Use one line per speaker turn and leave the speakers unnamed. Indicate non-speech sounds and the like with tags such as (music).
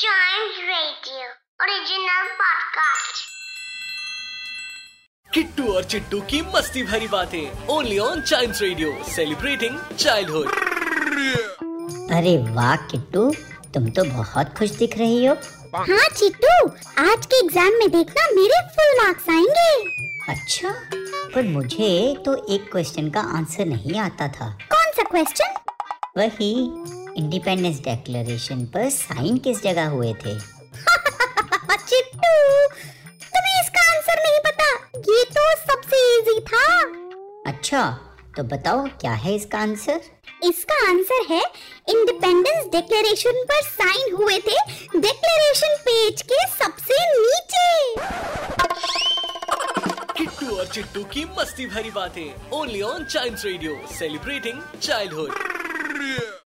Giant Radio, original podcast.
Kittu और चिट्टू की मस्ती भरी बातें only on child radio celebrating childhood
अरे वाह किट्टू तुम तो बहुत खुश दिख रही हो
हाँ चिट्टू आज के एग्जाम में देखना मेरे फुल मार्क्स आएंगे
अच्छा पर मुझे तो एक क्वेश्चन का आंसर नहीं आता था
कौन सा क्वेश्चन
वही इंडिपेंडेंस डेक्लेरेशन पर साइन किस जगह हुए थे
(laughs) चिट्टू तुम्हें इसका आंसर नहीं पता ये तो सबसे इजी था
अच्छा तो बताओ क्या है इसका आंसर
इसका आंसर है इंडिपेंडेंस डिक्लेरेशन पर साइन हुए थे डिक्लेरेशन पेज के सबसे नीचे
किट्टू और चिट्टू की मस्ती भरी बातें only on child radio celebrating childhood